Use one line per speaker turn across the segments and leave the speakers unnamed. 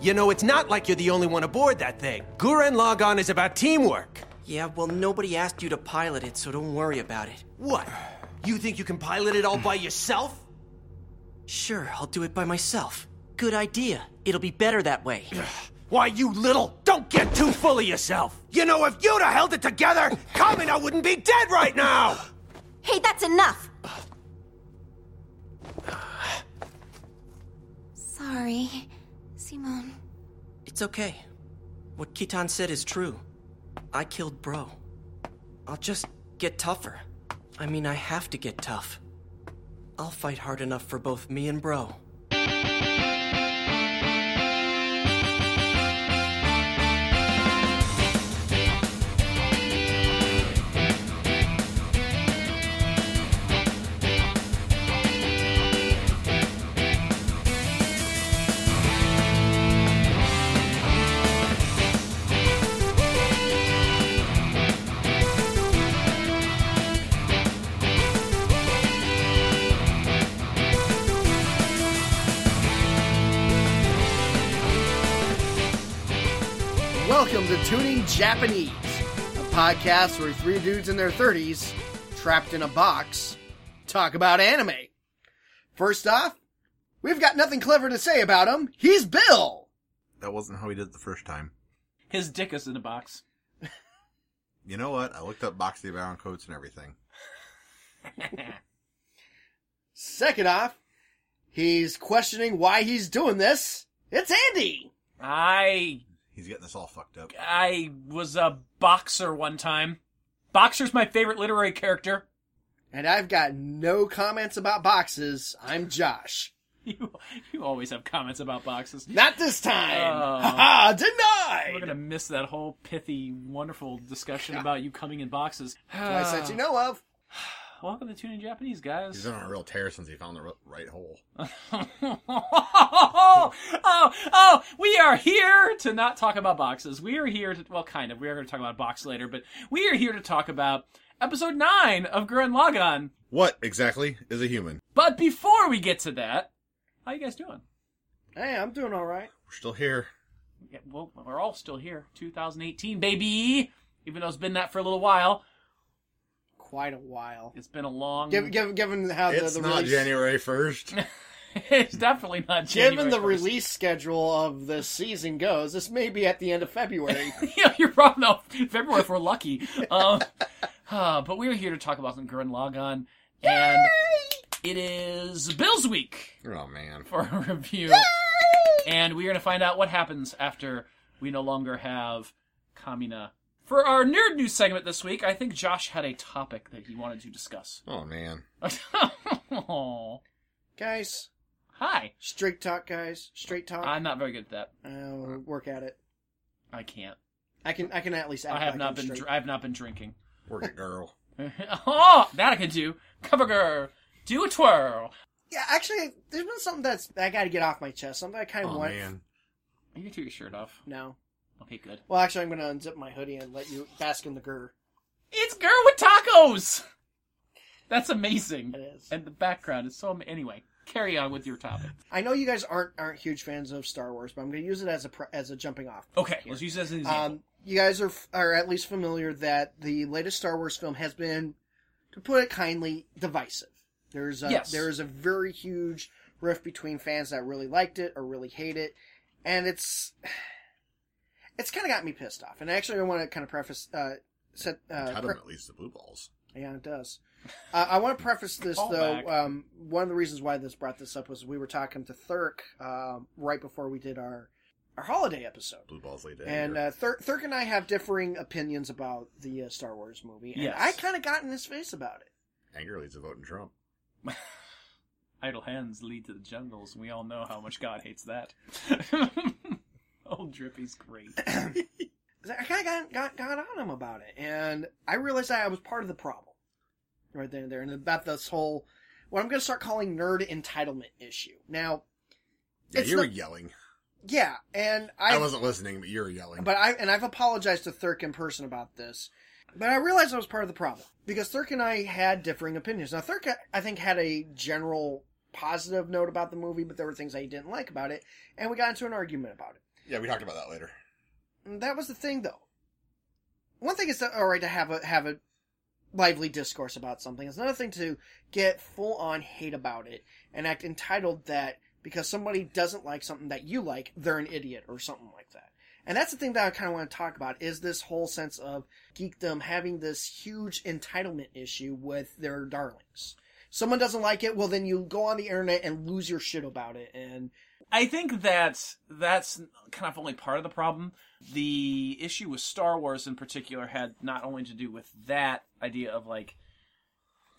You know, it's not like you're the only one aboard that thing. Guren Logon is about teamwork.
Yeah, well, nobody asked you to pilot it, so don't worry about it.
What? You think you can pilot it all by yourself?
Sure, I'll do it by myself. Good idea. It'll be better that way.
Why, you little, don't get too full of yourself. You know, if you'd have held it together, Kamina wouldn't be dead right now.
Hey, that's enough! Sorry, Simon.
It's okay. What Kitan said is true. I killed Bro. I'll just get tougher. I mean, I have to get tough. I'll fight hard enough for both me and Bro.
Welcome to Tuning Japanese, a podcast where three dudes in their 30s, trapped in a box, talk about anime. First off, we've got nothing clever to say about him. He's Bill.
That wasn't how he did it the first time.
His dick is in a box.
You know what? I looked up Boxy Bound codes and everything.
Second off, he's questioning why he's doing this. It's Andy.
I
He's getting us all fucked up.
I was a boxer one time. Boxer's my favorite literary character.
And I've got no comments about boxes. I'm Josh.
You you always have comments about boxes.
Not this time.
Oh.
Ha ha,
We're
denied.
gonna miss that whole pithy, wonderful discussion about you coming in boxes.
Twice
Ah.
that you know of.
Welcome to Tuning Japanese,
He's
guys.
been on a real tear since he found the r- right hole.
oh, oh, oh, we are here to not talk about boxes. We are here to, well, kind of. We are going to talk about box later, but we are here to talk about episode 9 of Gurren Lagann.
What exactly is a human?
But before we get to that, how you guys doing?
Hey, I'm doing all right.
We're still here.
Yeah, well, we're all still here. 2018, baby! Even though it's been that for a little while,
Quite a while.
it's been a long.
Given, given, given how Uh, the,
It's
the
not
release,
January 1st.
it's definitely not January.
given the
1st.
release schedule of the season goes, this may be at the end of February.
yeah, you're wrong though. February if we're lucky. Um, uh, but we're here to talk about some Gurren Lagann, and it is Bill's week
oh, man.
for a review, and we're gonna find out what happens after we no longer have Kamina. For our nerd news segment this week, I think Josh had a topic that he wanted to discuss.
Oh, man.
Aw.
guys,
Hi.
straight talk, guys, straight talk.
I'm not very good at that.
Uh, work at it.
I can't.
I can. I can at least. Act
I
like
have
I'm
not been.
straight.
Dr- I have not been drinking.
Work it, girl.
oh, that I could do. Cover girl, do a twirl.
yeah, actually, there's been something that's I got to get off my chest. Something I kind of
Oh,
want
man.
You can take your shirt off.
now.
Okay, good.
Well, actually, I'm going to unzip my hoodie and let you bask in the grr.
It's girl with tacos. That's amazing.
It is.
And the background is so. am- Anyway, carry on with your topic.
I know you guys aren't aren't huge fans of Star Wars, but I'm going to use it as a pre- as a jumping off.
Okay, let's use this as an example.
Um, you guys are are at least familiar that the latest Star Wars film has been, to put it kindly, divisive. There's a,
Yes.
there is a very huge rift between fans that really liked it or really hate it, and it's it's kind of got me pissed off. And actually, I want to kind of preface uh, set uh,
Cut
pre-
him at least the blue balls.
yeah, it does. Uh, I want to preface this
Call
though.
back.
Um, one of the reasons why this brought this up was we were talking to Thurk um, right before we did our our holiday episode.
Blue balls laid down.
And uh, Thur- Thurk and I have differing opinions about the uh, Star Wars movie. And
Yes.
I kind of got in his face about it.
Anger leads to voting Trump.
Idle hands lead to the jungles, and we all know how much God hates that. Old Oh, Drippy's great.
I kind of got, got got on him about it, and I realized that I was part of the problem right there and there, and about this whole what I'm going to start calling nerd entitlement issue. Now,
Yeah,
It's
you were
not-
yelling.
yeah, and
I,
I,
wasn't listening, but you were yelling.
but I and I've apologized to Thurk in person about this, but I realized I was part of the problem because Thurk and I had differing opinions. Now Thurk, I think, had a general positive note about the movie, but there were things that he didn't like about it, and we got into an argument about it.
Yeah, we talked about that later.
That was the thing, though. One thing is to, all right to have a have a lively discourse about something. It's another thing to get full on hate about it and act entitled that because somebody doesn't like something that you like, they're an idiot or something like that. And that's the thing that I kind of want to talk about is this whole sense of geekdom having this huge entitlement issue with their darlings. Someone doesn't like it, well then you go on the internet and lose your shit about it and
I think that that's kind of only part of the problem. The issue with Star Wars in particular had not only to do with that idea of like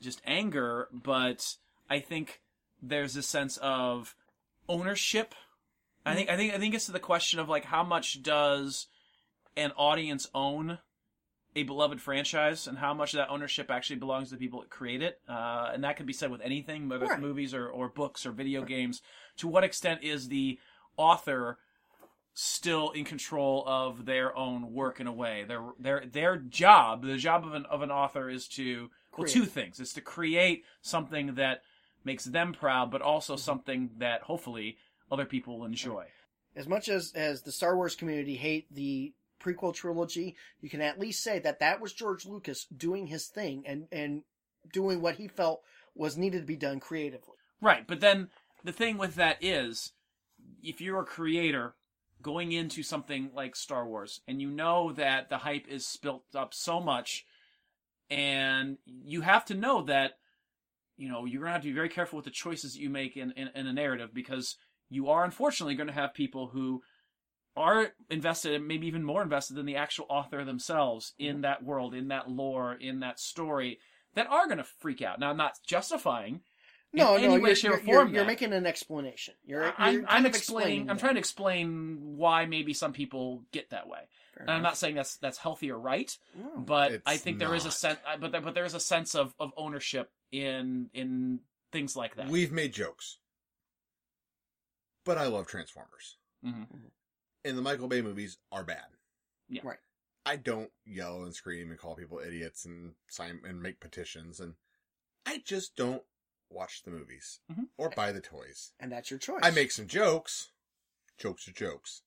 just anger, but I think there's a sense of ownership. I think I think I think it's to the question of like how much does an audience own a beloved franchise and how much of that ownership actually belongs to the people that create it. Uh, and that can be said with anything, whether
Right.
it's movies or, or books or video games. To what extent is the author still in control of their own work in a way? Their their their job, the job of an of an author is to well
Create.
two things. It's to create something that makes them proud, but also something that hopefully other people will enjoy.
as much as as the Star Wars community hate the prequel trilogy, you can at least say that that was George Lucas doing his thing and and doing what he felt was needed to be done creatively.
Right, but then the thing with that is, if you're a creator going into something like Star Wars, and you know that the hype is spilt up so much, and you have to know that, you know, you're gonna have to be very careful with the choices that you make in, in, in a narrative because you are unfortunately gonna have people who are invested and maybe even more invested than the actual author themselves in that world, in that lore, in that story, that are gonna freak out. Now I'm not justifying
No,
in
no,
any way,
you're,
shape, or
you're,
form.
you're, you're
that.
making an explanation. You're,
I-
you're
I'm,
kind
I'm
of
explaining. I'm
that.
trying to explain why maybe some people get that way. And
Uh-huh.
I'm not saying that's that's healthy or right,
Oh,
but
It's
I think there is a
not.
sense. But there, but there is a sense of, of ownership in in things like that.
We've made jokes, but I love Transformers,
Mhm.
and the Michael Bay movies are bad.
Yeah.
Right.
I don't yell and scream and call people idiots and sign and make petitions, and I just don't watch the movies
Mhm.
or buy the toys.
and that's your choice.
I make some jokes. Jokes are jokes.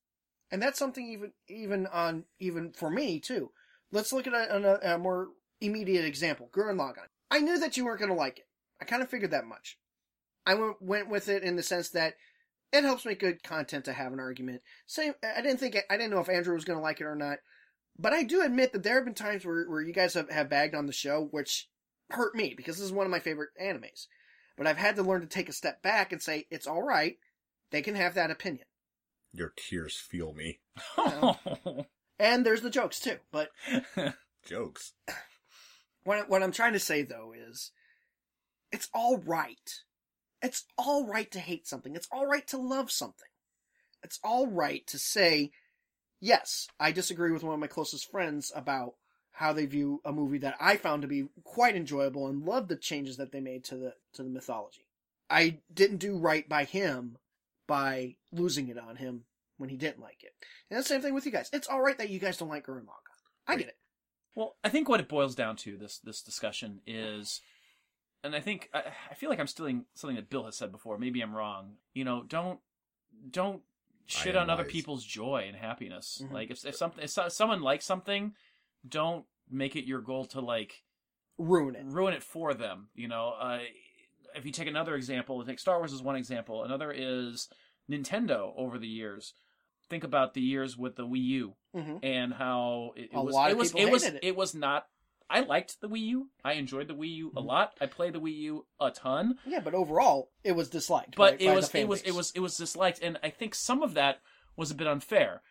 and that's something even even on even for me too. Let's look at a, an- a, a more immediate example. Gurren Lagann. I knew that you weren't going to like it. I kind of figured that much. I went went with it in the sense that it helps make good content to have an argument. Same. I didn't think I didn't know if Andrew was going to like it or not, but I do admit that there have been times where where you guys have, have bagged on the show, which hurt me because this is one of my favorite animes. But I've had to learn to take a step back and say it's all right. They can have that opinion.
Your tears fuel me.
Mm-hmm.
And there's the jokes too, but
Jokes.
What I- what I'm trying to say though is, it's all right. It's all right to hate something. It's all right to love something. It's all right to say, yes, I disagree with one of my closest friends about how they view a movie that I found to be quite enjoyable and loved the changes that they made to the to the mythology. I didn't do right by him by losing it on him when he didn't like it. And the same thing with you guys. It's all right that you guys don't like Gurren Lagann. I get it.
Well, I think what it boils down to this this discussion is, and I think I, I feel like I'm stealing something that Bill has said before. Maybe I'm wrong. You know, don't don't shit
am
on other
wise.
people's joy and happiness.
Mhm.
Like if if something if so- someone likes something, don't make it your goal to like
Ruin it.
ruin it for them. You know, uh, if you take another example, take Star Wars as one example. Another is Nintendo over the years. Think about the years with the Wii U
Mm-hmm.
and how it, it
A
was
lot
it
of
was
people
it was
hated it.
it was not I liked the Wii U. I enjoyed the Wii U a
Mm-hmm.
lot. I played the Wii U a ton,
Yeah, but overall, it was disliked.
but
by,
it
by
was
the fan
it was
base.
it was it was disliked and I think some of that was a bit unfair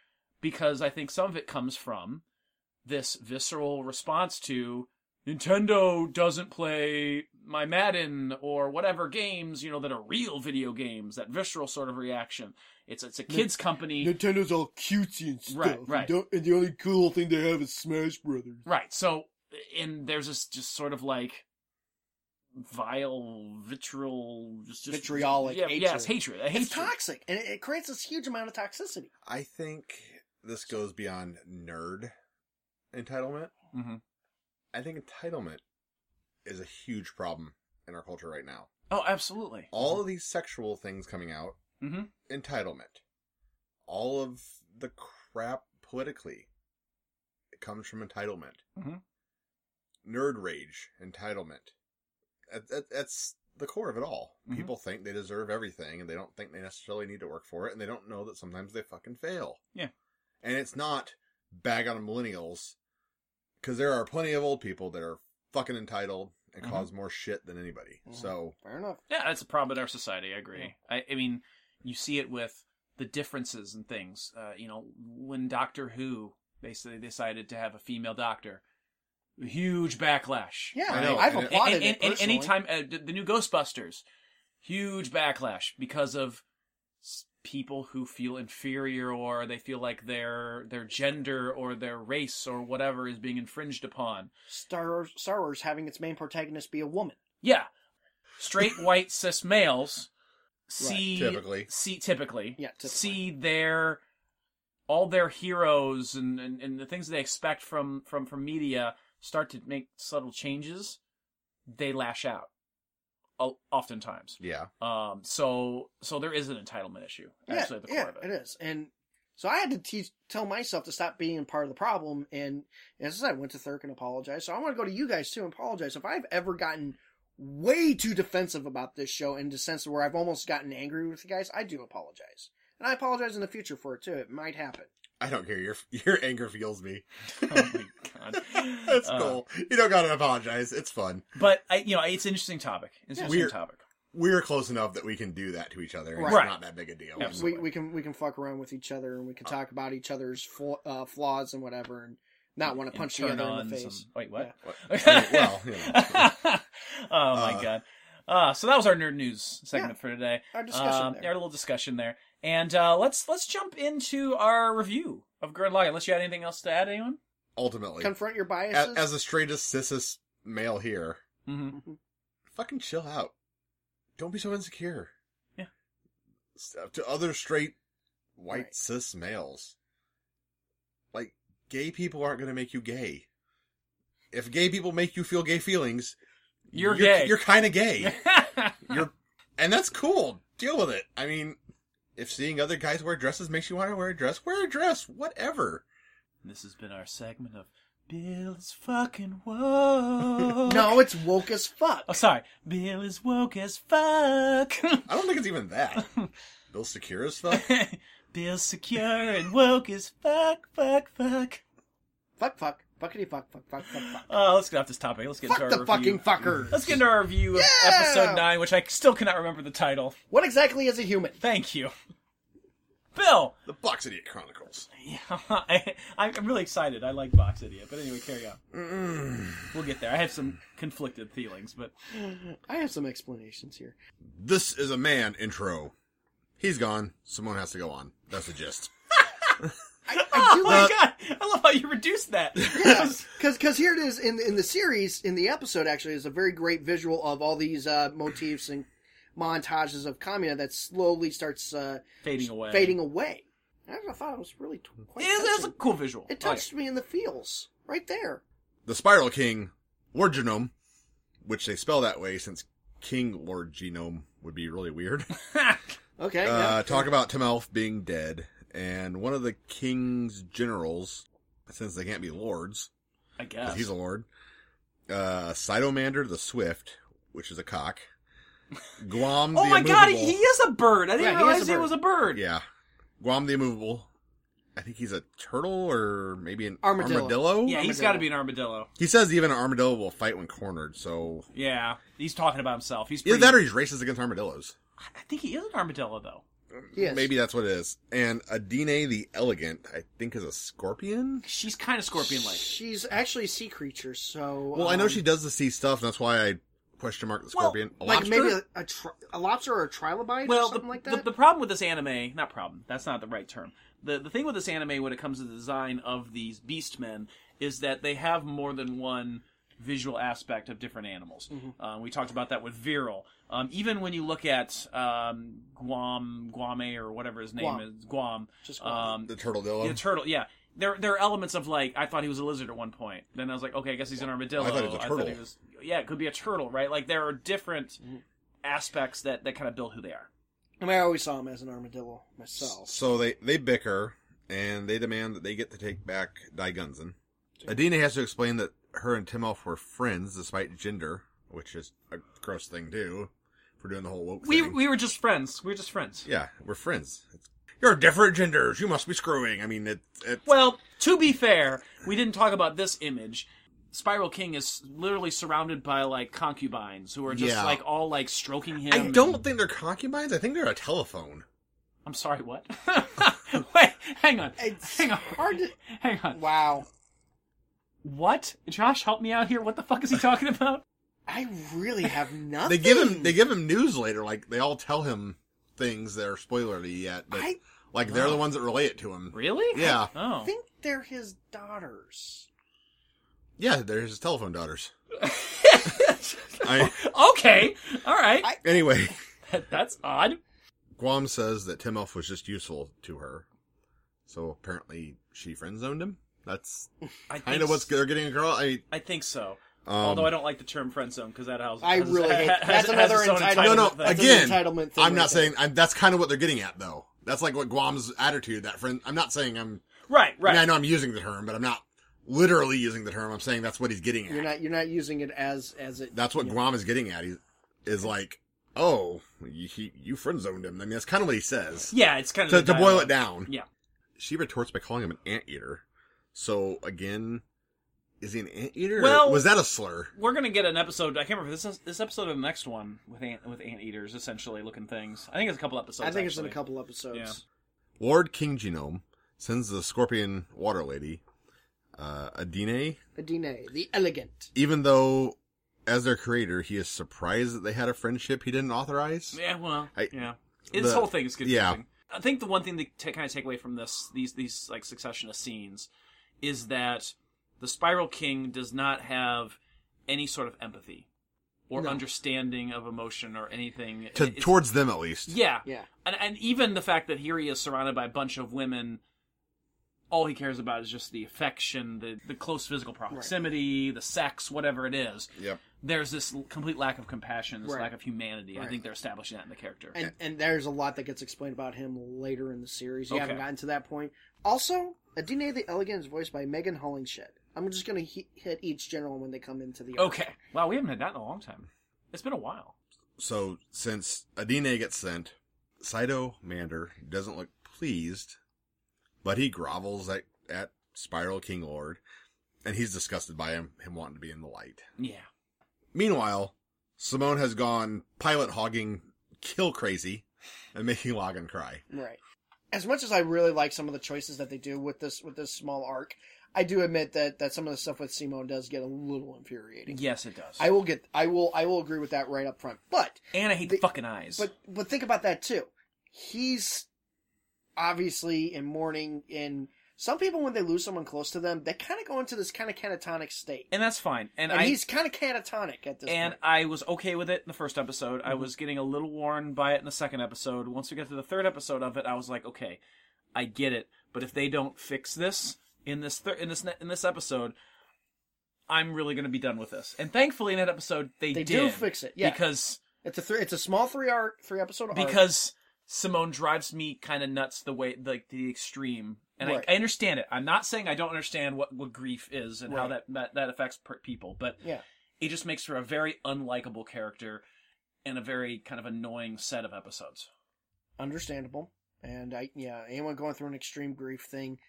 because I think some of it comes from this visceral response to Nintendo doesn't play my Madden or whatever games, you know, that are real video games, that visceral sort of reaction. It's it's a kids company.
Nintendo's all cutesy and stuff.
Right,
and
right.
don't- And, the only cool thing they have is Smash Brothers.
Right. So, and there's this just sort of like vile, vitriol, just, just
Vitriolic
Yeah,
hatred.
yes, hatred. A
It's
hatred.
toxic, and it, it creates this huge amount of toxicity.
I think this goes beyond nerd entitlement.
hmm
I think entitlement is a huge problem in our culture right now.
Oh, absolutely. Mm-hmm.
All of these sexual things coming out,
Mhm.
entitlement. All of the crap politically. It comes from entitlement.
Mhm.
Nerd rage, entitlement. That, that, that's the core of it all.
Mhm.
People think they deserve everything and they don't think they necessarily need to work for it and they don't know that sometimes they fucking fail.
Yeah.
And it's not bag on millennials because there are plenty of old people that are fucking entitled and
Mhm.
cause more shit than anybody. So,
Fair enough.
Yeah, that's a problem with our society. I agree. I, I mean, you see it with the differences and things. Uh, you know, when Doctor Who basically decided to have a female doctor, huge backlash.
Yeah,
I know,
I've
and it-
applauded
and, and,
it personally.
anytime uh, the the new Ghostbusters, huge backlash because of s- people who feel inferior or they feel like their their gender or their race or whatever is being infringed upon.
Star Star Wars having its main protagonist be a woman.
Yeah, straight white cis males see
Right. Typically.
see typically,
Yeah, typically.
see their all their heroes and, and, and the things they expect from, from from media start to make subtle changes. They lash out, o- oftentimes.
yeah.
Um, so so there is an entitlement issue actually at the core
yeah,
of it.
it is. And so I had to teach, tell myself to stop being part of the problem. And as I said, I went to Thurk and apologized. So I want to go to you guys too and apologize. If I've ever gotten way too defensive about this show in the sense where I've almost gotten angry with you guys, I do apologize. And I apologize in the future for it too. It might happen.
I don't care. Your your anger fuels me.
Oh my god,
That's
Uh,
cool. You don't gotta apologize. It's fun.
But I, you know, it's an interesting topic. It's an interesting
We're-
topic.
We're close enough that we can do that to each other. and
Right.
It's not that big a deal.
Absolutely.
We, we can we can fuck around with each other and we can talk about each other's flaw, uh, flaws and whatever and not want to
And
punch the other in
turn-ons
the face.
and- wait, what?
What- I mean, well, you know.
oh my
Uh,
god. Uh, so that was our nerd news segment for today.
Our discussion
Um,
there.
Our little discussion there, and uh, let's let's jump into our review of Gurren Lagann. Unless you had anything else to add, anyone?
Ultimately,
Confront your
as,
biases.
as the straightest, cissest male here,
Mm-hmm.
fucking chill out. Don't be so insecure.
Yeah.
Stuff to other straight white
Right.
cis males. Like gay people aren't going to make you gay. If gay people make you feel gay feelings,
You're
you're,
gay.
You're kind of gay. You're, and that's cool. Deal with it. I mean, if seeing other guys wear dresses makes you want to wear a dress, wear a dress. Whatever.
this has been our segment of Bill is fucking woke.
no, it's woke as fuck.
Oh, sorry. Bill is woke as fuck.
I don't think it's even that. Bill secure as fuck.
Bill's secure and woke as fuck, fuck, fuck.
Fuck, fuck, fuckity, fuck, fuck, fuck, fuck, fuck.
Oh, let's get off this topic. Let's get
Fuck
into our
the
review.
fucking fucker.
Let's get into our review of
Yeah!
episode nine, which I still cannot remember the title.
What exactly is a human?
Thank you, Bill.
the Box Idiot Chronicles.
Yeah, I, I'm really excited. I like Box Idiot, but anyway, carry on. We'll get there. I have some conflicted feelings, but
I have some explanations here.
This is a man intro. He's gone. Someone has to go on. That's the gist.
I do like
oh my god, I love how you reduced that.
because because here it is in in the series in the episode actually is a very great visual of all these uh, motifs and montages of Kamina that slowly starts uh,
Fading away.
fading away. I don't know, I thought it was really t- quite.
It is, it's a
touching.
cool visual.
It
I like
touched me in the feels right there.
The Spiral King, Lord Genome, which they spell that way since King Lord Genome would be really weird.
Oh,
Okay,
uh,
yeah.
talk about Timelf being dead, and one of the king's generals, since they can't be lords,
I
'cause
guess.
he's a lord, uh, Cytomander the Swift, which is a cock, Guam
oh
the
my god,
Immovable-
he is a bird. I
Yeah,
didn't
he is
realize
a
he
bird.
was a bird.
yeah, Guam the Immovable. I think he's a turtle or maybe an
Armadillo.
Yeah, he's got to be an armadillo.
He says even an armadillo will fight when cornered, so
Yeah, he's talking about himself. He's
either
pretty,
that or he's racist against armadillos.
I think he is an armadillo though.
Yes.
Maybe that's what it is. And Adine the Elegant, I think, is a scorpion.
She's kind of scorpion-like.
She's actually a sea creature, so
Well, I know
um,
she does the sea stuff, and that's why I question mark the scorpion. A
like
lobster?
maybe a a, tri- a lobster or a trilobite or
Well, the,
something like
the-
that.
the problem with this anime, not problem, that's not the right term. The the thing with this anime when it comes to the design of these beast men is that they have more than one visual aspect of different animals.
Mm-hmm.
Um, we talked about that with Viral. Um, even when you look at um, Guam, Guame, or whatever his name
Guam.
is, Guam,
Just Guam.
um,
the turtle dillo.
the turtle, yeah. There, there are elements of like I thought he was a lizard at one point. Then I was like, okay, I guess he's an armadillo.
I thought he was a turtle.
he was, yeah, it could be a turtle, right? Like there are different
Mm-hmm.
aspects that that kind of build who they are.
I mean, I always saw him as an armadillo myself.
So they they bicker, and they demand that they get to take back Daigunzen. Adina has to explain that her and Timoff were friends despite gender, which is a gross thing too, for doing the whole woke
We
thing.
we were just friends. We were just friends.
yeah, we're friends. It's, You're different genders. You must be screwing. I mean, it. it
Well, to be fair, we didn't talk about this image. Spiral King is literally surrounded by like concubines who are just
Yeah.
like all like stroking him.
I
and-
don't think they're concubines. I think they're a telephone.
I'm sorry, what? Wait, hang on.
It's
hang on.
hard to-
Hang on.
Wow.
What? Josh, help me out here. What the fuck is he talking about?
I really have nothing.
They give him they give him news later. Like they all tell him things that are spoilery yet, but
I
like they're the ones that relay it to him.
Really?
Yeah,
Oh.
think they're his daughters.
yeah. They're his telephone daughters. I,
Okay. All right.
I-
anyway,
That's odd.
Guam says that Timoff was just useful to her, so apparently she friend zoned him. That's
I
kind
think
of what's
s-
they're getting across. I
I think so.
um,
Although I don't like the term friend zone because that house.
I
has-
really hate-
has-
that's
has
another
its own
entitlement
no, no.
thing.
That's an
Again,
entitlement thing
I'm not
right
saying I, that's kind of what they're getting at, though. That's like what Guam's attitude. That friend. I'm not saying I'm.
right,
I,
right.
mean, I know I'm using the term, but I'm not literally using the term. I'm saying that's what he's getting at.
You're not you're not using it as as it
that's what Guam is getting at. He is like, oh, you, he, you friend zoned him. I mean, that's kind of what he says.
Yeah, it's kind of
To,
the
to boil
dialogue.
it down,
Yeah.
she retorts by calling him an anteater. So again, is he an anteater?
Well-
Well, was that a slur?
We're gonna get an episode. I can't remember this is, this episode or the next one with ant with anteaters essentially looking things. I think it's a couple episodes.
I think it's in a
actually.
couple episodes.
Yeah.
Lord King Genome sends the Scorpion Water Lady, uh, Adine,
Adine, the elegant.
even though as their creator he is surprised that they had a friendship he didn't authorize.
Yeah, well,
I-
yeah. This
the-
whole thing is confusing.
yeah.
I think the one thing to ta kind of take away from this, these these like succession of scenes, is that the Spiral King does not have any sort of empathy or understanding of emotion or anything
To,
It's-
towards them at least.
Yeah,
Yeah.
and and even the fact that here he is surrounded by a bunch of women. All he cares about is just the affection, the, the close physical proximity, the sex, whatever it is.
Yep.
There's this l- complete lack of compassion, this
Right.
lack of humanity. I think they're establishing that in the character.
And and there's a lot that gets explained about him later in the series. You
Okay.
haven't gotten to that point. Also, Adine the Elegant is voiced by Megan Hollingshed. I'm just gonna he- hit each general when they come into the arc.
Okay. Wow, we haven't had that in a long time. It's been a while.
So since Adine gets sent, Saito Mander doesn't look pleased, but he grovels at, at Spiral King Lord, and he's disgusted by him him wanting to be in the light.
Yeah.
Meanwhile, Simone has gone pilot hogging kill crazy and making Logan cry.
Right. As much as I really like some of the choices that they do with this with this small arc, I do admit that that some of the stuff with Simone does get a little infuriating.
Yes, it does.
I will get I will I will agree with that right up front. But
and I hate the, fucking eyes.
but but think about that too. He's obviously in mourning and some people when they lose someone close to them, they kind of go into this kind of catatonic state.
and that's fine. And,
And,
I
he's kind of catatonic at this
and
point.
I was okay with it in the first episode.
Mm-hmm.
I was getting a little worn by it in the second episode. Once we got to the third episode of it, I was like, okay, I get it. But if they don't fix this in this thir- in this ne- in this episode, I'm really going to be done with this. And thankfully, in that episode, they,
They
did
do fix it, yeah.
because
It's a three, it's a small three hour three episode arc.
because Simone drives me kind of nuts the way like the extreme, and
Right.
I, I understand it. I'm not saying I don't understand what, what grief is and
Right.
how that that, that affects per- people, but
yeah.
it just makes her a very unlikable character and a very kind of annoying set of episodes.
understandable. And I, yeah, anyone going through an extreme grief thing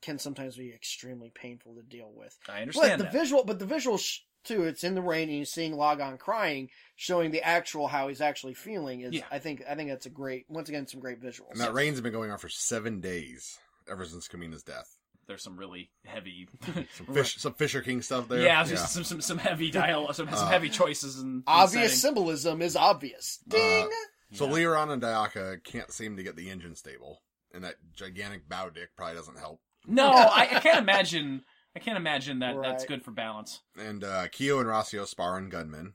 can sometimes be extremely painful to deal with.
I
But
understand
the
that.
visual, but the visual sh- too. It's in the rain, and you're seeing Logon crying, showing the actual how he's actually feeling. Is
Yeah.
I think I think that's a great once again some great visuals.
And that rain's been going on for seven days ever since Kamina's death.
There's some really heavy,
Some, fish, some Fisher King stuff there.
yeah, just Some, some some heavy dial, some, some heavy choices and and
obvious
setting.
symbolism is obvious. Ding.
So Leron and Diaka can't seem to get the engine stable, and that gigantic bow dick probably doesn't help.
No, I, I can't imagine. I can't imagine that that's
Right.
good for balance.
And uh, Kyo and Rossio spar on gunmen.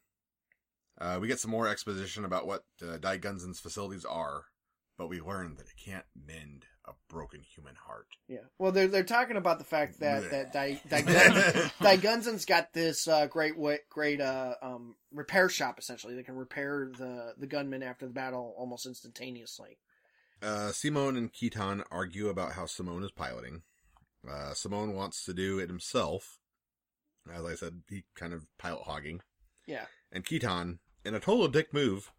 Uh, we get some more exposition about what uh, Dai Gunzen's facilities are, but we learn that it can't mend a broken human heart.
Yeah. Well, they're they're talking about the fact that
Blech.
that Di, Di, Gunzen, Di Gunzen's got this uh, great wa- great uh, um, repair shop essentially. They can repair the the gunman after the battle almost instantaneously.
Uh, Simone and Keaton argue about how Simone is piloting. Uh, Simone wants to do it himself. As I said, he kind of pilot hogging.
Yeah.
And Keaton, in a total dick move,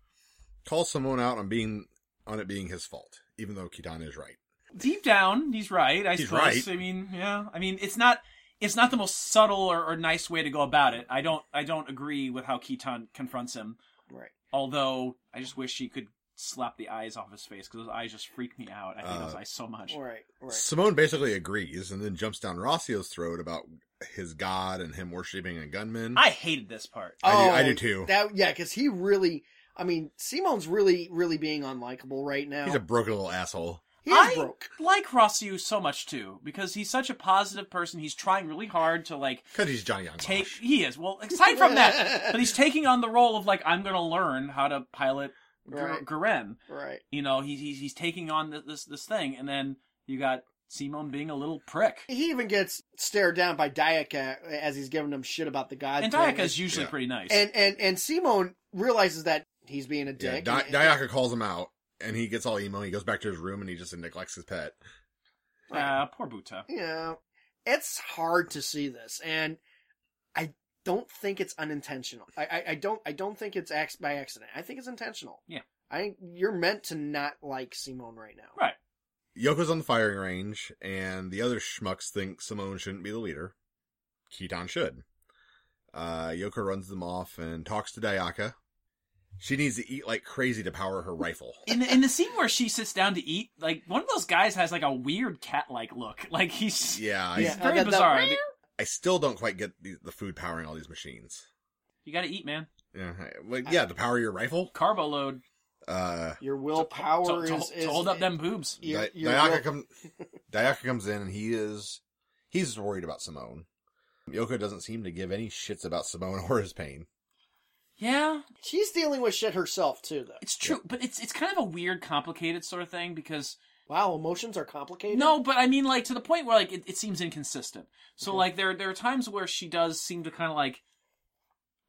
calls Simone out on being on it being his fault, even though Keaton is right.
Deep down, he's right. I
He's
suppose.
right.
I mean, yeah. I mean, it's not it's not the most subtle or, or nice way to go about it. I don't I don't agree with how Keaton confronts him.
Right.
Although I just wish he could slap the eyes off his face because those eyes just freak me out. I hate those
Uh,
eyes so much.
Right. Right.
Simone basically agrees and then jumps down Rossio's throat about his god and him worshiping a gunman.
I hated this part.
I do- I do too.
Oh, That yeah, because he really. I mean, Simone's really, really being unlikable right now.
He's a broken little asshole.
he is
I
broke.
like Rossiu so much too because he's such a positive person. He's trying really hard to like
Because he's Johnny Young.
take. He is well. Aside from that, but he's taking on the role of like I'm going to learn how to pilot Ger-
Right.
Garen.
Right.
You know, he's he's, he's taking on this, this this thing, and then you got Simon being a little prick.
He even gets stared down by Dayaka as he's giving him shit about the god.
And
thing.
Dayaka's usually
Yeah.
pretty nice.
and and and Simone realizes that he's being a
Yeah,
dick.
Di-
and-
Dayaka calls him out, and he gets all emo. He goes back to his room, and he just neglects his pet.
uh, poor Buta.
you know, it's hard to see this, and I don't think it's unintentional. I, I, I don't I don't think it's ac- by accident. I think it's intentional.
Yeah.
I you're meant to not like Simone right now.
Right.
Yoko's on the firing range, and the other schmucks think Simone shouldn't be the leader. Keaton should. Uh, Yoko runs them off and talks to Dayaka. She needs to eat like crazy to power her rifle.
In the, in the scene where she sits down to eat, like one of those guys has like a weird cat-like look. Like he's
Yeah, I,
he's
Yeah.
very
That- that-
bizarre.
I still don't quite get the, the food powering all these machines.
you got to eat, man.
Yeah, I- like, yeah, to power your rifle.
Carbo load
Uh,
Your
to,
willpower
to-
is,
to
is
hold up them boobs.
Your-
Di-
your
Dayaka
will-
comes. Dayaka comes in, and he is he's worried about Simone. Yoko doesn't seem to give any shits about Simone or his pain.
Yeah,
She's dealing with shit herself too, though.
it's true, but it's it's kind of a weird, complicated sort of thing because
Wow, emotions are complicated.
No, but I mean, like to the point where like it, it seems inconsistent. So like there there are times where she does seem to kind of like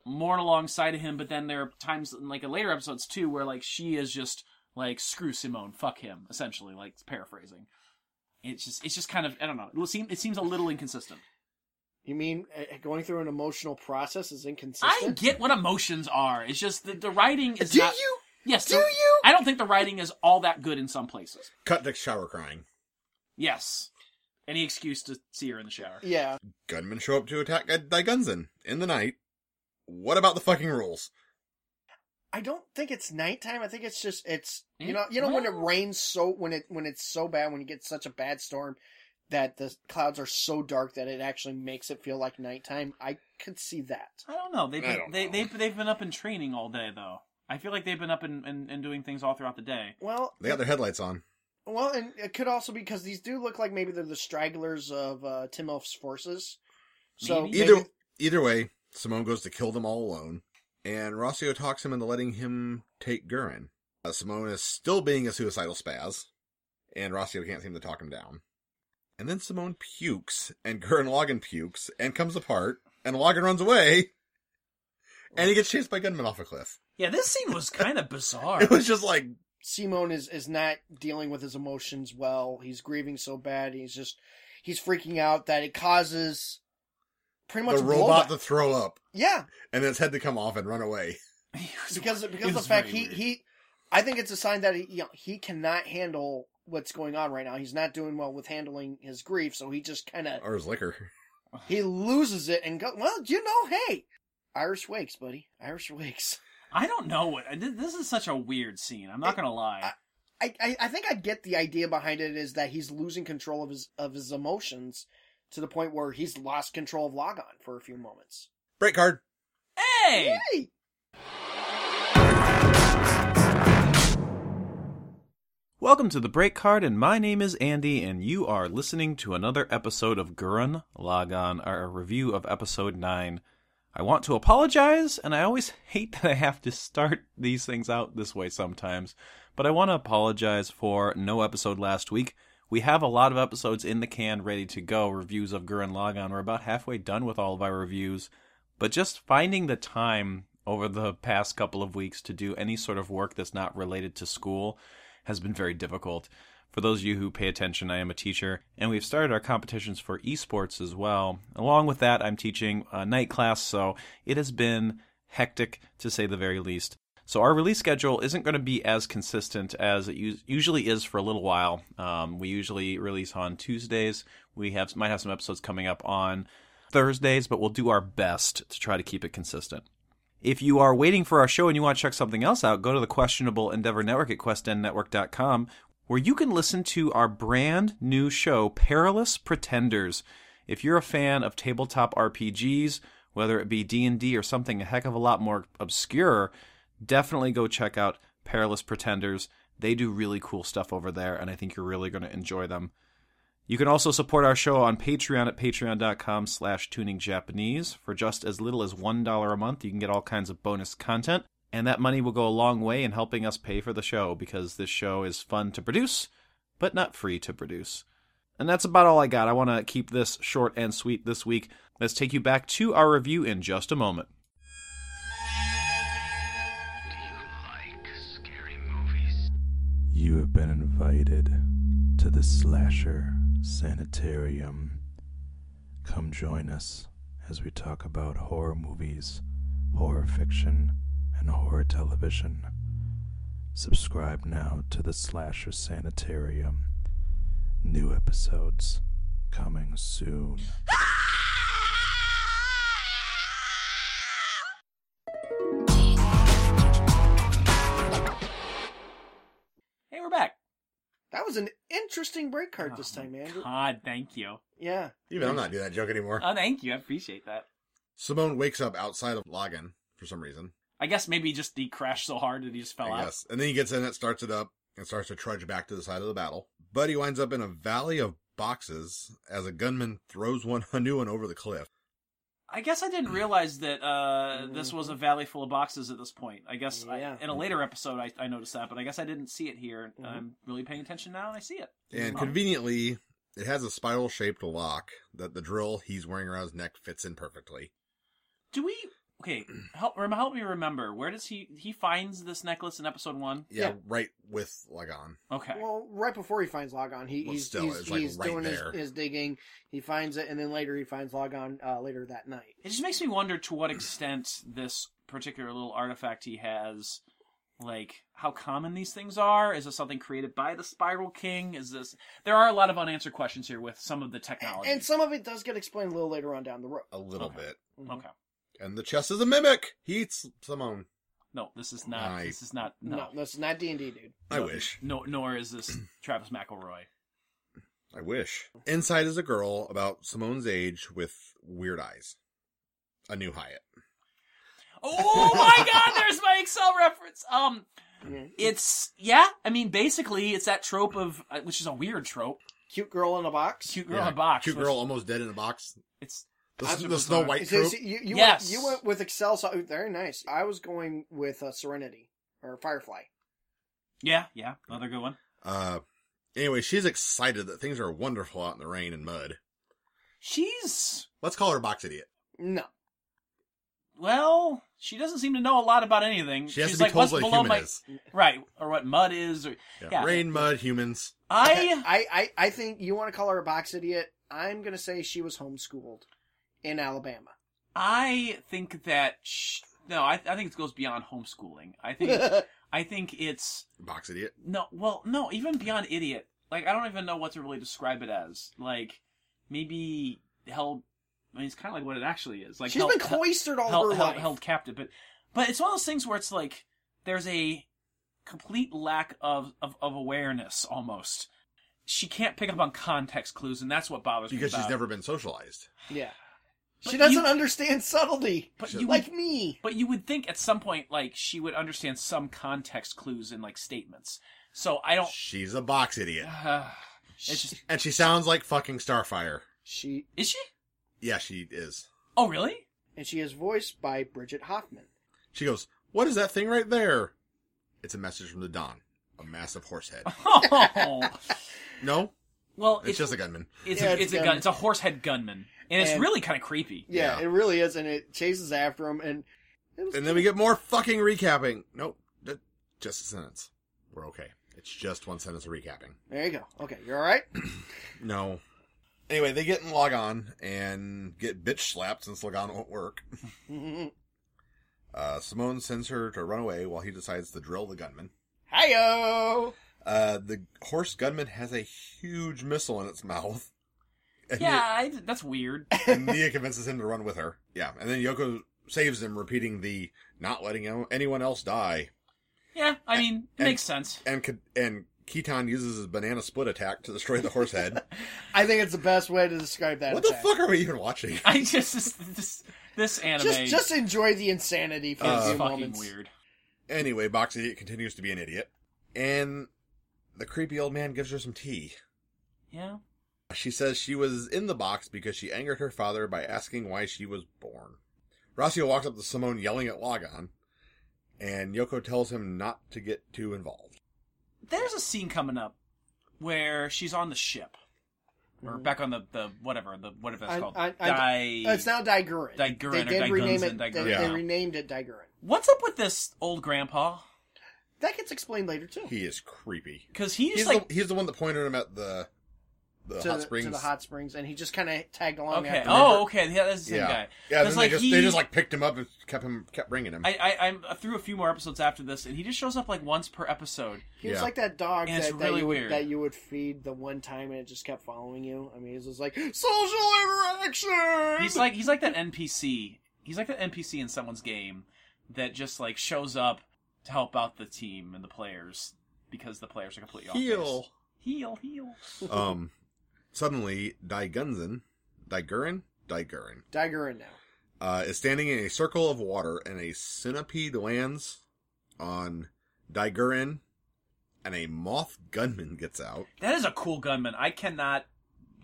mourn alongside of him, but then there are times in, like in later episodes too where like she is just like screw Simone, fuck him, essentially like paraphrasing. It's just it's just kind of I don't know. It seems it seems a little inconsistent.
you mean uh, going through an emotional process is
I
inconsistent?
get what emotions are. It's just the, the writing is
Do
not-
you?
Yes.
Do
the-
you?
I don't think the writing is all that good in some places.
Cut to shower crying.
Yes. Any excuse to see her in the shower.
Yeah,
Gunmen show up to attack uh, Daigunzen in the night. What about the fucking rules?
I don't think it's nighttime. I think it's just it's you
Mm,
know you know when it
well-
rains so when it when it's so bad when you get such a bad storm that the clouds are so dark that it actually makes it feel like nighttime. I could see that.
I don't know. They've
I
been,
don't
they
know.
they've they've been up and training all day though. I feel like they've been up and, and, and doing things all throughout the day.
Well,
They got their headlights on.
well, and it could also be because these do look like maybe they're the stragglers of uh, Tim Elf's forces. So
Maybe.
Either
maybe-
either way, Simone goes to kill them all alone, and Rossio talks him into letting him take Gurin. Uh, Simone is still being a suicidal spaz, and Rossio can't seem to talk him down. And then Simone pukes, and Gurin Logan pukes, and comes apart, and Logan runs away, and he gets chased by gunmen off a cliff.
Yeah, this scene was kind of bizarre.
It was just like,
Simone is is not dealing with his emotions well. He's grieving so bad. He's just he's freaking out that it causes pretty much
the
a
robot
blowback.
to throw up,
yeah,
and its head to come off and run away.
because because
it
the
was
fact
very
he,
weird.
he I think it's a sign that he you know, he cannot handle what's going on right now. He's not doing well with handling his grief, so he just kind of
Or his liquor.
he loses it and go. Well, you know, hey, Irish wakes, buddy. Irish wakes.
I don't know what I did- this is such a weird scene. I'm not gonna lie.
I, I I think I get the idea behind it is that he's losing control of his of his emotions to the point where he's lost control of Logon for a few moments.
Break card.
hey,
Hey,
Welcome to the Break Card, and my name is Andy, and you are listening to another episode of Gurren Lagann, our review of episode 9. I want to apologize, and I always hate that I have to start these things out this way sometimes, but I want to apologize for no episode last week. We have a lot of episodes in the can ready to go, reviews of Gurren Lagann. We're about halfway done with all of our reviews, but just finding the time over the past couple of weeks to do any sort of work that's not related to school
has been very difficult. For those of you who pay attention, I am a teacher, and we've started our competitions for esports as well. Along with that, I'm teaching a night class, so it has been hectic to say the very least. So our release schedule isn't going to be as consistent as it us- usually is for a little while. Um, we usually release on Tuesdays. We have might have some episodes coming up on Thursdays, but we'll do our best to try to keep it consistent. If you are waiting for our show and you want to check something else out, go to the Questionable Endeavor Network at questendnetwork.com, where you can listen to our brand new show, Perilous Pretenders. If you're a fan of tabletop RPGs, whether it be D&D or something a heck of a lot more obscure, definitely go check out Perilous Pretenders. They do really cool stuff over there, and I think you're really going to enjoy them. You can also support our show on Patreon at patreon.com slash tuningjapanese. For just as little as $1 a month, you can get all kinds of bonus content, and that money will go a long way in helping us pay for the show, because this show is fun to produce, but not free to produce. And that's about all I got. I want to keep this short and sweet this week. Let's take you back to our review in just a moment.
You have been invited to the Slasher Sanitarium. Come join us as we talk about horror movies, horror fiction, and horror television. Subscribe now to the Slasher Sanitarium. New episodes coming soon.
Hey, we're back.
That was an interesting break card
Oh
this time, Andrew.
God, thank you.
Yeah.
Even I'm not doing that joke anymore.
Uh,
Oh, thank you. I appreciate that.
Simone wakes up outside of Logan for some reason.
I guess maybe just he crashed so hard that he just fell
I
out.
guess. And then he gets in it, starts it up, and starts to trudge back to the side of the battle. But he winds up in a valley of boxes as a gunman throws one a new one over the cliff.
I guess I didn't realize that uh, this was a valley full of boxes at this point. I guess I-
Yeah.
in a later episode I, I noticed that, but I guess I didn't see it here. I'm really paying attention now, and I see it.
And
Oh.
conveniently, it has a spiral shaped lock that the drill he's wearing around his neck fits in perfectly.
Do we? Okay, help rem- help me remember. Where does he he finds this necklace in episode one?
Yeah,
Yeah.
right with Logan.
Okay,
Well, right before he finds Logon, he,
Well,
he's,
still,
he's,
it's, like,
he's
right
doing his,
there.
his digging. He finds it, and then later he finds Logon uh, later that night.
it just makes me wonder to what extent this particular little artifact he has, like how common these things are. Is this something created by the Spiral King? Is this? There are a lot of unanswered questions here with some of the technology.
And some of it does get explained a little later on down the road.
A little
Okay.
bit.
okay,
And the chest is a mimic. He eats Simone.
no, this is not.
Nice.
This is not.
No,
No,
this is not D and D, dude.
I wish.
no, nor is this Travis McElroy.
I wish. Inside is a girl about Simone's age with weird eyes. A new Hyatt.
Oh my god, there's my Excel reference. Um it's yeah, I mean basically it's that trope of uh, which is a weird trope.
Cute girl in a box.
Cute girl
Yeah,
in a box.
Cute
which-
girl almost dead in a box.
It's
The,
That's
the
bizarre.
Snow White
Is this-
trope.
you, you
Yes.
went, you went with Excel. So, very nice. I was going with uh, Serenity or Firefly.
yeah, yeah, another good one.
Uh, anyway, she's excited that things are wonderful out in the rain and mud.
She's
Let's call her Box Idiot.
No,
well, she doesn't seem to know a lot about anything.
She has
She's
to be
like
told
what's
what a
below
human
my
is.
right or what mud is or
Yeah.
yeah.
Rain, mud, humans.
I
I, I, I think you want to call her a box idiot. I'm gonna say she was homeschooled in Alabama.
I think that sh- no, I I think it goes beyond homeschooling. I think I think it's
Box Idiot.
No, well, no, even beyond idiot. Like I don't even know what to really describe it as. Like maybe held. I mean, it's kind of like what it actually is. Like
She's
held,
been cloistered all
held,
her
held,
life.
held captive, but but it's one of those things where it's like there's a complete lack of of, of awareness almost. She can't pick up on context clues, and that's what bothers me.
Because she's
about it.
never been socialized.
Yeah,
But
she doesn't
you-
understand subtlety.
But
She-
you
like me.
But you would think at some point, like she would understand some context clues in like statements. So I don't.
She's a box idiot.
it's just
And she sounds like fucking Starfire.
She
is she?
Yeah, she is.
Oh really?
and she is voiced by Bridget Hoffman.
She goes, What is that thing right there? It's a message from the Don. A massive horse head.
Oh.
No,
Well,
it's, just a gunman.
it's,
Yeah,
a,
it's
it's, a
gunman.
gun. It's a horsehead gunman, and it's
And-
really kind of creepy.
Yeah,
Yeah.
it really is, and it chases after him. And
And then we get more fucking recapping. Nope. ju- Just a sentence. We're okay. It's just one sentence of recapping.
There you go. Okay, you're all right.
No. Anyway, they get in Logon and get bitch slapped since Logon won't work. uh, Simone sends her to run away while he decides to drill the gunman.
Hiyo.
Uh, the horse gunman has a huge missile in its mouth. And
Yeah, I, that's weird.
Nia- and Nia convinces him to run with her. Yeah, and then Yoko saves him, repeating the not letting anyone else die.
Yeah, I mean, it
And-
makes sense.
And K- and Keaton uses his banana split attack to destroy the horse head.
I think it's the best way to describe that.
what the
attack.
fuck are we even watching?
I just this this, this anime
Just just enjoy the insanity for
Uh,
a
is
few
fucking
moments.
weird.
Anyway, Box Idiot continues to be an idiot. And the creepy old man gives her some tea.
Yeah,
She says she was in the box because she angered her father by asking why she was born. Rossio walks up to Simone yelling at Logon, and Yoko tells him not to get too involved.
there's a scene coming up where she's on the ship, or back on the, the whatever the whatever that's
Mm-hmm. I-
called.
I- I-
Di-
It's now Digurin.
Digurin
They
or
did
Digruns
rename it.
and
They,
Digurin.
they
Yeah.
renamed it Digurin.
What's up with this old grandpa?
That gets explained later too.
He is creepy.
Because he's,
He's,
like,
the, he's the one that pointed him at the the
to,
hot
the,
springs.
to the hot springs, and he just kind of tagged along.
okay,
After
oh, okay, yeah, that's the same
yeah,
guy.
yeah.
'Cause,
Then they just
he-
they just like picked him up and kept him kept bringing him.
I, I I'm through a few more episodes after this, and he just shows up like once per episode.
He was
Yeah.
like that dog
And it's
that, that
really
you, would-
weird.
that you would feed the one time, and it just kept following you. I mean, it was just like social interaction.
He's like he's like that NPC. He's like that NPC in someone's game that just like shows up to help out the team and the players because the players are completely off.
Heel.
base. heal, heal.
um, suddenly Digunzen, Digurin, Digurin,
Digurin now.
uh, is standing in a circle of water, and a centipede lands on Digurin, and a moth gunman gets out.
That is a cool gunman. I cannot,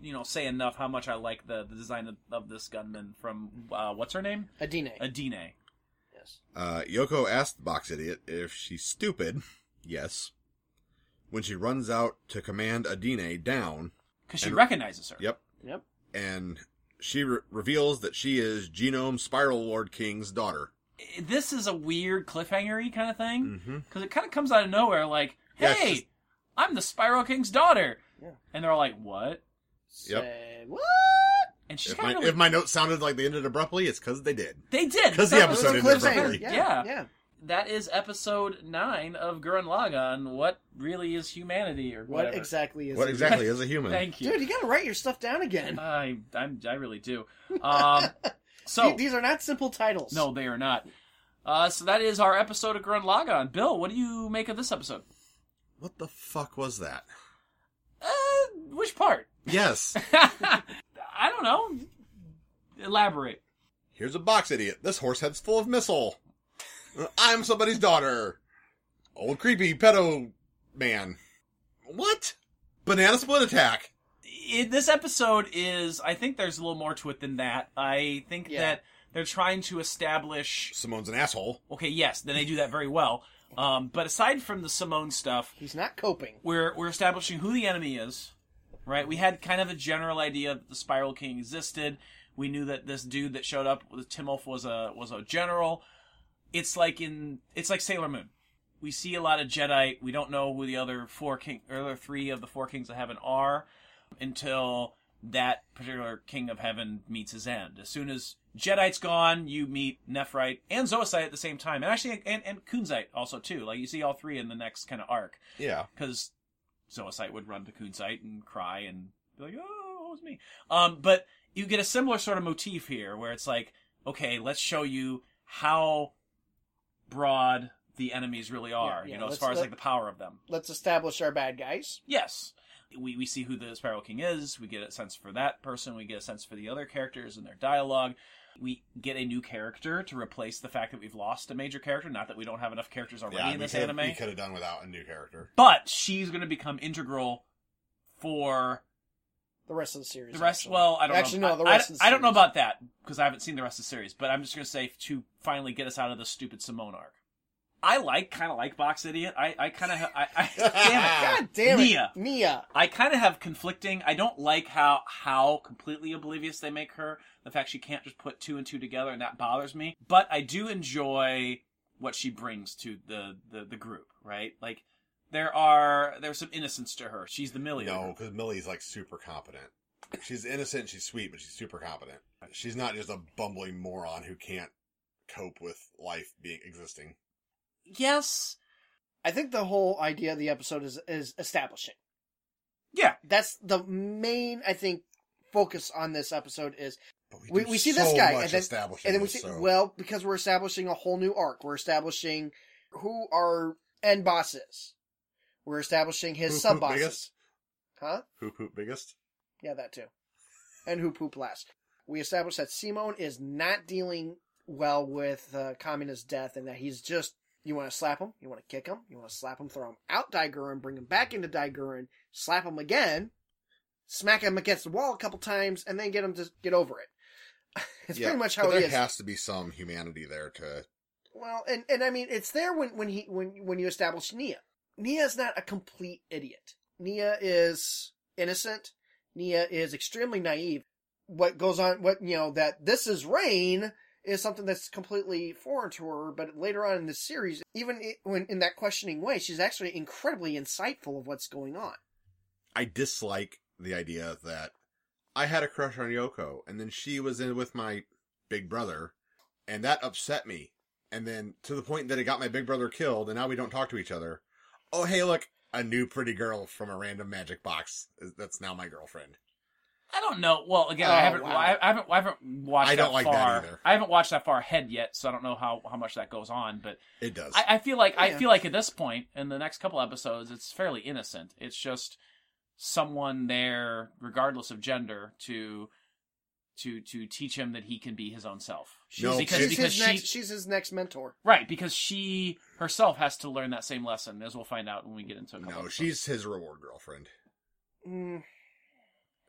you know, say enough how much I like the the design of, of this gunman from uh, what's her name,
Adine.
Adine.
yes.
Uh, Yoko asked Box Idiot if she's stupid. Yes. When she runs out to command Adine down.
because she
And-
recognizes her.
Yep.
Yep.
And she re- reveals that she is Genome Spiral Lord King's daughter.
This is a weird cliffhangery kind of thing.
Mm-hmm.
because it kind of comes out of nowhere like
Yeah, it's
hey
just-
i'm the spiral king's daughter
Yeah.
and they're all like what
Yep.
Say, what?
and she's
If my,
kind of
if my notes sounded like they ended abruptly, it's because they did.
they did
'cause the
It
That
was
was-
a
episode ended
cliffhanger.
abruptly.
Yeah, yeah.
Yeah. that is episode 9 of gurren lagann what really is humanity or
What
whatever.
exactly is
What
it?
exactly is a human?
thank you
Dude, you gotta write your stuff down again.
i I'm, i really do um so
Th- These are not simple titles.
no they are not uh, so that is our episode of Gurren Lagann. Bill, what do you make of this episode?
What the fuck was that?
Uh, which part?
Yes.
I don't know. Elaborate.
Here's a box idiot. This horse head's full of missile. I'm somebody's daughter. Old creepy pedo man. What? Banana split attack.
it, this episode is i think there's a little more to it than that i think
Yeah.
that they're trying to establish
Simone's an asshole.
okay yes then they do that very well um, but aside from the simone stuff
He's not coping.
we're we're establishing who the enemy is right we had kind of a general idea that the spiral king existed we knew that this dude that showed up with timulf was a was a general it's like in it's like sailor moon we see a lot of jedi we don't know who the other four king or other three of the four kings of heaven are until that particular king of heaven meets his end as soon as jedi's gone you meet nephrite and zoicite at the same time and actually and, and kunzite also too like you see all three in the next kind of arc
Yeah.
because Zoicite would run to Coonsite and cry and be like, "Oh, it was me." Um, but you get a similar sort of motif here, where it's like, "Okay, let's show you how broad the enemies really are."
yeah,
you know, as
let's-
far as
let-
like the power of them.
Let's establish our bad guys.
Yes, we we see who the Spiral King is. We get a sense for that person. We get a sense for the other characters and their dialogue. We get a new character to replace the fact that we've lost a major character. Not that we don't have enough characters already in
we
this
could've-
anime
we could have done without a new character.
but she's going to become integral for
The rest of the series.
the rest.
actually.
Well, I don't
actually
know.
no. The
I-
rest
I,
of the
I don't know
series.
about that because I haven't seen the rest of the series. But I'm just going to say to finally get us out of the stupid Simone arc. I like kind of like Box Idiot. I I kind of I, I damn it.
God damn it,
Nia.
Nia.
I kind of have conflicting. I don't like how how completely oblivious they make her. The fact she can't just put two and two together, and that bothers me. But I do enjoy what she brings to the the, the group, right? Like there are there's some innocence to her. She's the Millie. of the
No,
group.
because Millie's like super competent. She's innocent, she's sweet, but she's super competent. She's not just a bumbling moron who can't cope with life being existing.
Yes.
I think the whole idea of the episode is is establishing.
Yeah.
That's the main, I think, focus on this episode is
But
we,
do
we see
so
this guy
much
and then,
establishing
and then we
this,
see
so-
well because we're establishing a whole new arc. We're establishing who our end boss is. We're establishing his
Who
sub
pooped
bosses,
biggest?
huh?
Who pooped biggest?
Yeah, that too. And who pooped last. We established that Simone is not dealing well with uh, communist death and that he's just, you want to slap him, you want to kick him, you want to slap him, throw him out Daigurin, bring him back into Daigurin, slap him again, smack him against the wall a couple times, and then get him to get over it. it's
Yeah,
pretty much
but
how
there
it is.
has to be some humanity there to.
Well, and, and I mean, it's there when, when he, when, when you establish Nia. Nia's not a complete idiot. Nia is innocent. Nia is extremely naive. What goes on, what, you know, that this is rain is something that's completely foreign to her, but later on in the series, even i- when in that questioning way, she's actually incredibly insightful of what's going on.
I dislike the idea that I had a crush on Yoko, and then she was in with my big brother, and that upset me. And then to the point that it got my big brother killed, and now we don't talk to each other. Oh, hey, look, a new pretty girl from a random magic box. That's now my girlfriend.
I don't know. Well, again, I
Oh,
haven't.
wow.
I, I haven't. I haven't watched.
I don't
that
like that
far.
either.
I haven't watched that far ahead yet, so I don't know how how much that goes on. But
It does.
I, I feel like I
Yeah.
feel like at this point in the next couple episodes, it's fairly innocent. It's just someone there, regardless of gender, to to to teach him that he can be his own self.
She's- No,
because
She's,
because
his,
she
next, she's his next mentor.
right because she herself has to learn that same lesson, as we'll find out when we get into a couple.
no,
episodes.
she's his reward girlfriend.
Mm,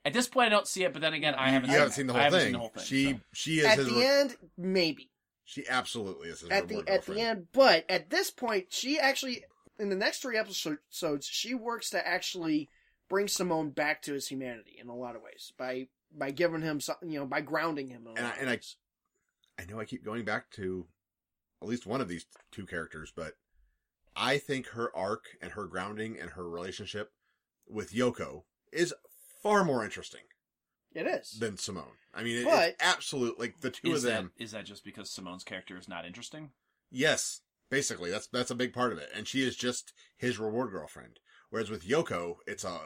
at this point. I don't see it, but then again, I haven't.
You haven't seen the whole,
I haven't
thing.
Seen the whole thing.
She
so.
she is
At
his.
the
re-
end, maybe.
she absolutely is his
at the
reward
at
girlfriend.
the end. But at this point, she actually in the next three episodes, she works to actually bring Simone back to his humanity in a lot of ways by by giving him something, you know, by grounding him. In a
And I-
lot of
and I-
ways.
I know I keep going back to at least one of these two characters, but I think her arc and her grounding and her relationship with Yoko is far more interesting
it is.
than Simone. I mean, it,
But-
it's absolute like the two
is
of them.
That, is that just because Simone's character is not interesting?
Yes, basically that's that's a big part of it, and she is just his reward girlfriend. Whereas with Yoko, it's a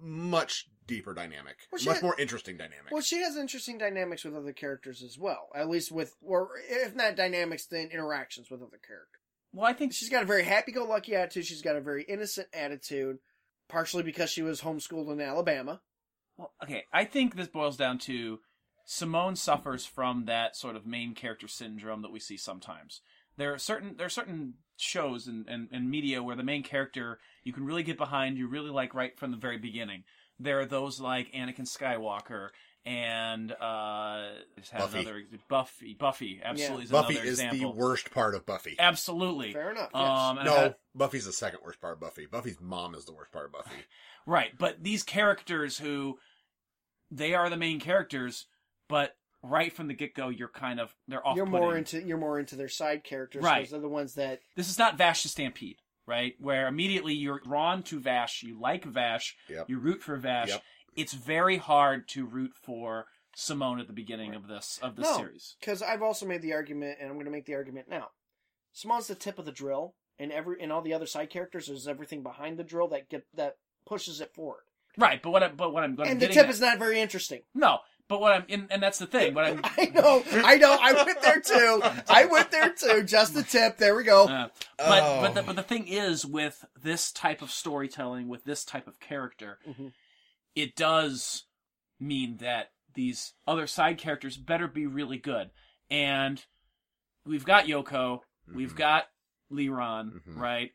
much deeper dynamic,
Well, she
much
had-
more interesting dynamic.
Well, she has interesting dynamics with other characters as well. At least with, or if not dynamics, then interactions with other characters.
Well, I think
She's got a very happy-go-lucky attitude. She's got a very innocent attitude, partially because she was homeschooled in Alabama.
Well, okay, I think this boils down to Simone suffers from that sort of main character syndrome that we see sometimes. There are certain there are certain shows and, and, and media where the main character you can really get behind, you really like right from the very beginning. There are those like Anakin Skywalker and uh just had
Buffy.
another Buffy Buffy absolutely
Yeah.
is
Buffy
another
is
example.
the worst part of Buffy.
Absolutely.
Fair enough. Yes.
Um, and I've
no,
had-
Buffy's the second worst part of Buffy. Buffy's mom is the worst part of Buffy.
Right, but these characters who they are the main characters, but right from the get go, you're kind of they're off.
You're more into you're more into their side characters.
Right.
Those are the ones that
this is not Vash the Stampede, right? Where immediately you're drawn to Vash, you like Vash,
Yep.
you root for Vash.
Yep.
It's very hard to root for Simone at the beginning of this of this series.
Because I've also made the argument, and I'm going to make the argument now. Simone's the tip of the drill, and every and all the other side characters is everything behind the drill that get that pushes it forward.
Right, but what I, but what I'm what I'm
and the
getting
tip
at-
is not very interesting.
no, but what I'm and, and that's the thing. What I'm
I know, I know. I went there too. I went there too. Just the tip. There we go.
Uh, but
Oh.
but the, but the thing is with this type of storytelling with this type of character
Mhm.
it does mean that these other side characters better be really good and we've got yoko we've
Mhm.
got leron
Mhm.
right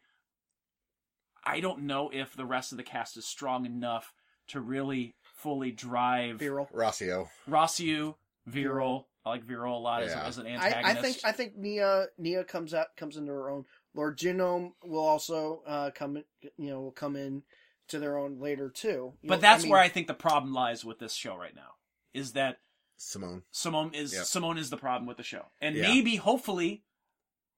i don't know if the rest of the cast is strong enough to really fully drive
Viral.
Rossio.
rossiu viral i like viral a lot as,
Yeah.
as an antagonist
I, I think I think Nia Nia comes out comes into her own. Lord Genome will also uh, come in- you know will come in to their own later too. You
but
know,
that's
mean-
where i think the problem lies with this show right now is that
Simone.
Simone is
Yep.
Simone is the problem with the show, and
Yeah.
maybe hopefully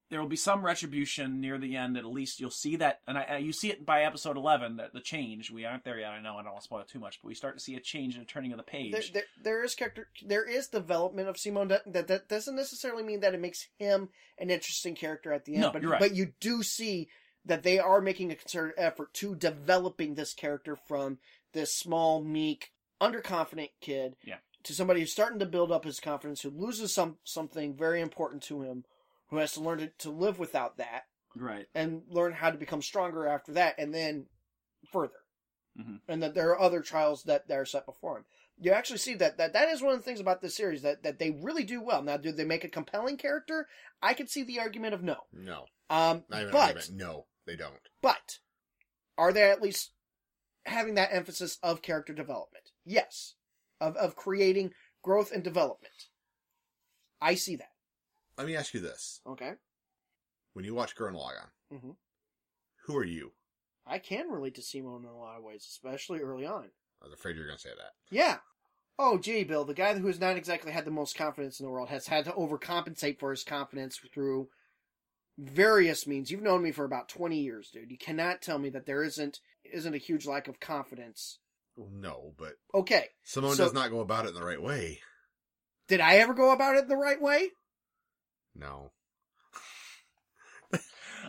there will be some retribution near the end that at least you'll see that, and I, I- you see it by episode eleven that the change. We aren't there yet. I know I don't want to spoil it too much, but we start to see a change in the turning of the page.
There, there, there is character. There is development of Simon. That, that that doesn't necessarily mean that it makes him an interesting character at the end.
No,
but
you're right.
but you do see that they are making a concerted effort to developing this character from this small, meek, underconfident kid
Yeah.
to somebody who's starting to build up his confidence, who loses some something very important to him, who has to learn to, to live without that
right.
and learn how to become stronger after that, and then further.
Mhm.
And that there are other trials that, that are set before him. You actually see that, that that is one of the things about this series that, that they really do well. Now, do they make a compelling character? I could see the argument of no.
No,
Um,
not even an
but
argument. no, they don't.
but are they at least having that emphasis of character development? Yes, of of creating growth and development. I see that.
Let me ask you this:
Okay,
When you watch Gurren Lagann,
Mhm.
who are you?
I can relate to Simon in a lot of ways, especially early on.
I was afraid you were going to say that.
Yeah. Oh, gee, Bill, the guy who has not exactly had the most confidence in the world has had to overcompensate for his confidence through various means. You've known me for about twenty years, dude. You cannot tell me that there isn't isn't a huge lack of confidence.
No, but
Okay,
Simone
So-
does not go about it in the right way.
did I ever go about it the right way?
No.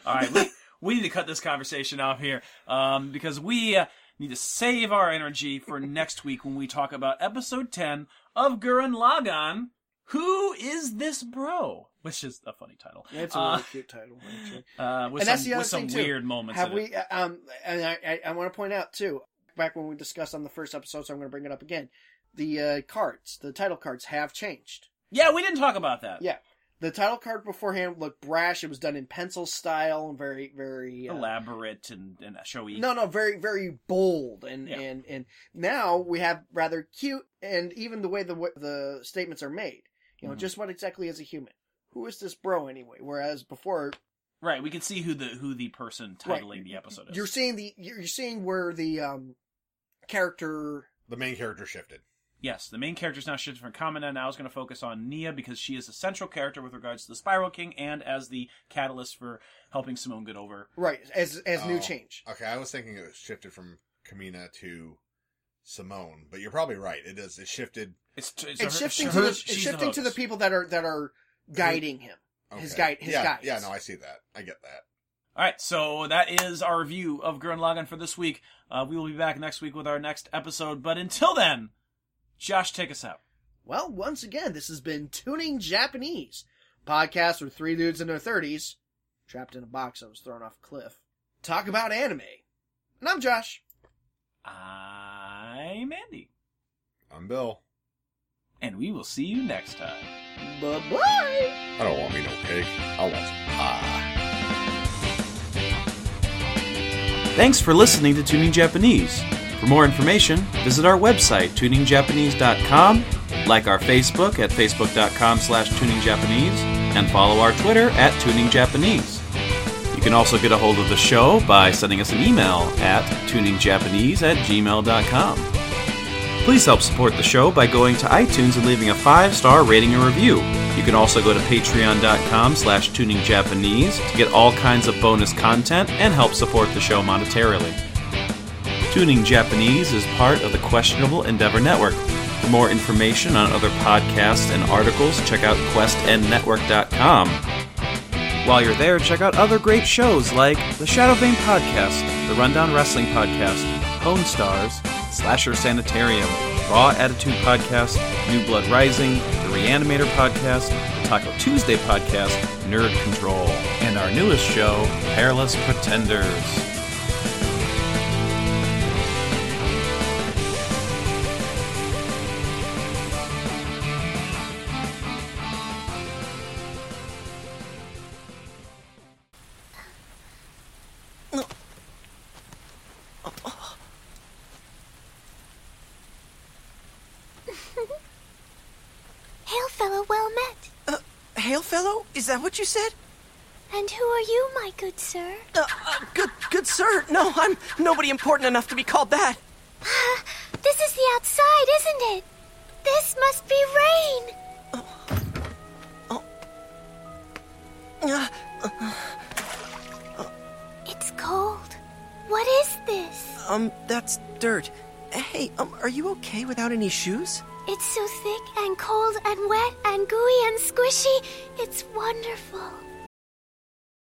All right, we, we need to cut this conversation off here um, because we uh, need to save our energy for next week when we talk about episode 10 of Gurren Lagann. Who is this bro? Which is a funny title.
That's a really
uh,
cute title, actually.
uh, with
and that's
some,
the other
with some
thing too.
weird moments.
Have
in
we?
It.
uh, Um, and I, I, I want to point out too. Back when we discussed on the first episode, so I'm going to bring it up again. The uh, cards, the title cards, have changed.
Yeah, we didn't talk about that.
Yeah, the title card beforehand looked brash. It was done in pencil style and very, very uh,
Elaborate and, and showy.
no, no, very, very bold, and
Yeah.
and and now we have rather cute, and even the way the wa- the statements are made. You know,
Mhm.
just what exactly is a human? Who is this bro anyway? Whereas before,
Right, we can see who the who the person
Right.
titling the episode is.
you're seeing the you're you're seeing where the um character
The main character shifted.
Yes, the main character is now shifted from Kamina, and I was going to focus on Nia because she is a central character with regards to the Spiral King and as the catalyst for helping Simone get over.
right as as new
Oh.
change
Okay, I was thinking it was shifted from Kamina to Simone, but you're probably right. It is. It shifted.
It's, t- it's,
it's
her-
shifting
her-
to the it's
she's
shifting to the
host.
people that are that are guiding him
Okay.
his guide his
yeah,
guides
Yeah, no, I see that. I get that.
All right, so that is our review of Gurren Lagann for this week. Uh, we will be back next week with our next episode, but until then, Josh, take us out.
well once again this has been tuning japanese podcast with three dudes in their 30s trapped in a box i was thrown off a cliff talk about anime and i'm josh
I'm Andy,
I'm Bill.
and we will see you next time.
bye-bye
I don't want me no cake. I want some pie.
Thanks for listening to Tuning Japanese. For more information, visit our website, tuningjapanese.com, like our Facebook at facebook.com slash tuningjapanese, and follow our Twitter at tuningjapanese. You can also get a hold of the show by sending us an email at tuningjapanese at gmail.com. Please help support the show by going to iTunes and leaving a five-star rating and review. You can also go to patreon.com slash tuningjapanese to get all kinds of bonus content and help support the show monetarily. Tuning Japanese is part of the Questionable Endeavor Network. For more information on other podcasts and articles, check out questnnetwork.com. While you're there, check out other great shows like the Shadow Vein Podcast, the Rundown Wrestling Podcast, Cone Stars, Slasher Sanitarium, Raw Attitude Podcast, New Blood Rising, the Reanimator Podcast, the Taco Tuesday Podcast, Nerd Control, and our newest show, Hairless Pretenders.
Hail fellow well met.
Hail fellow, is that what you said?
And who are you, my good sir?
Uh, uh, good, good sir. No, I'm nobody important enough to be called that.
This is the outside, isn't it? This must be rain.
Uh, uh, Um, that's dirt. Hey, um, are you okay without any shoes?
It's so thick and cold and wet and gooey and squishy. It's wonderful.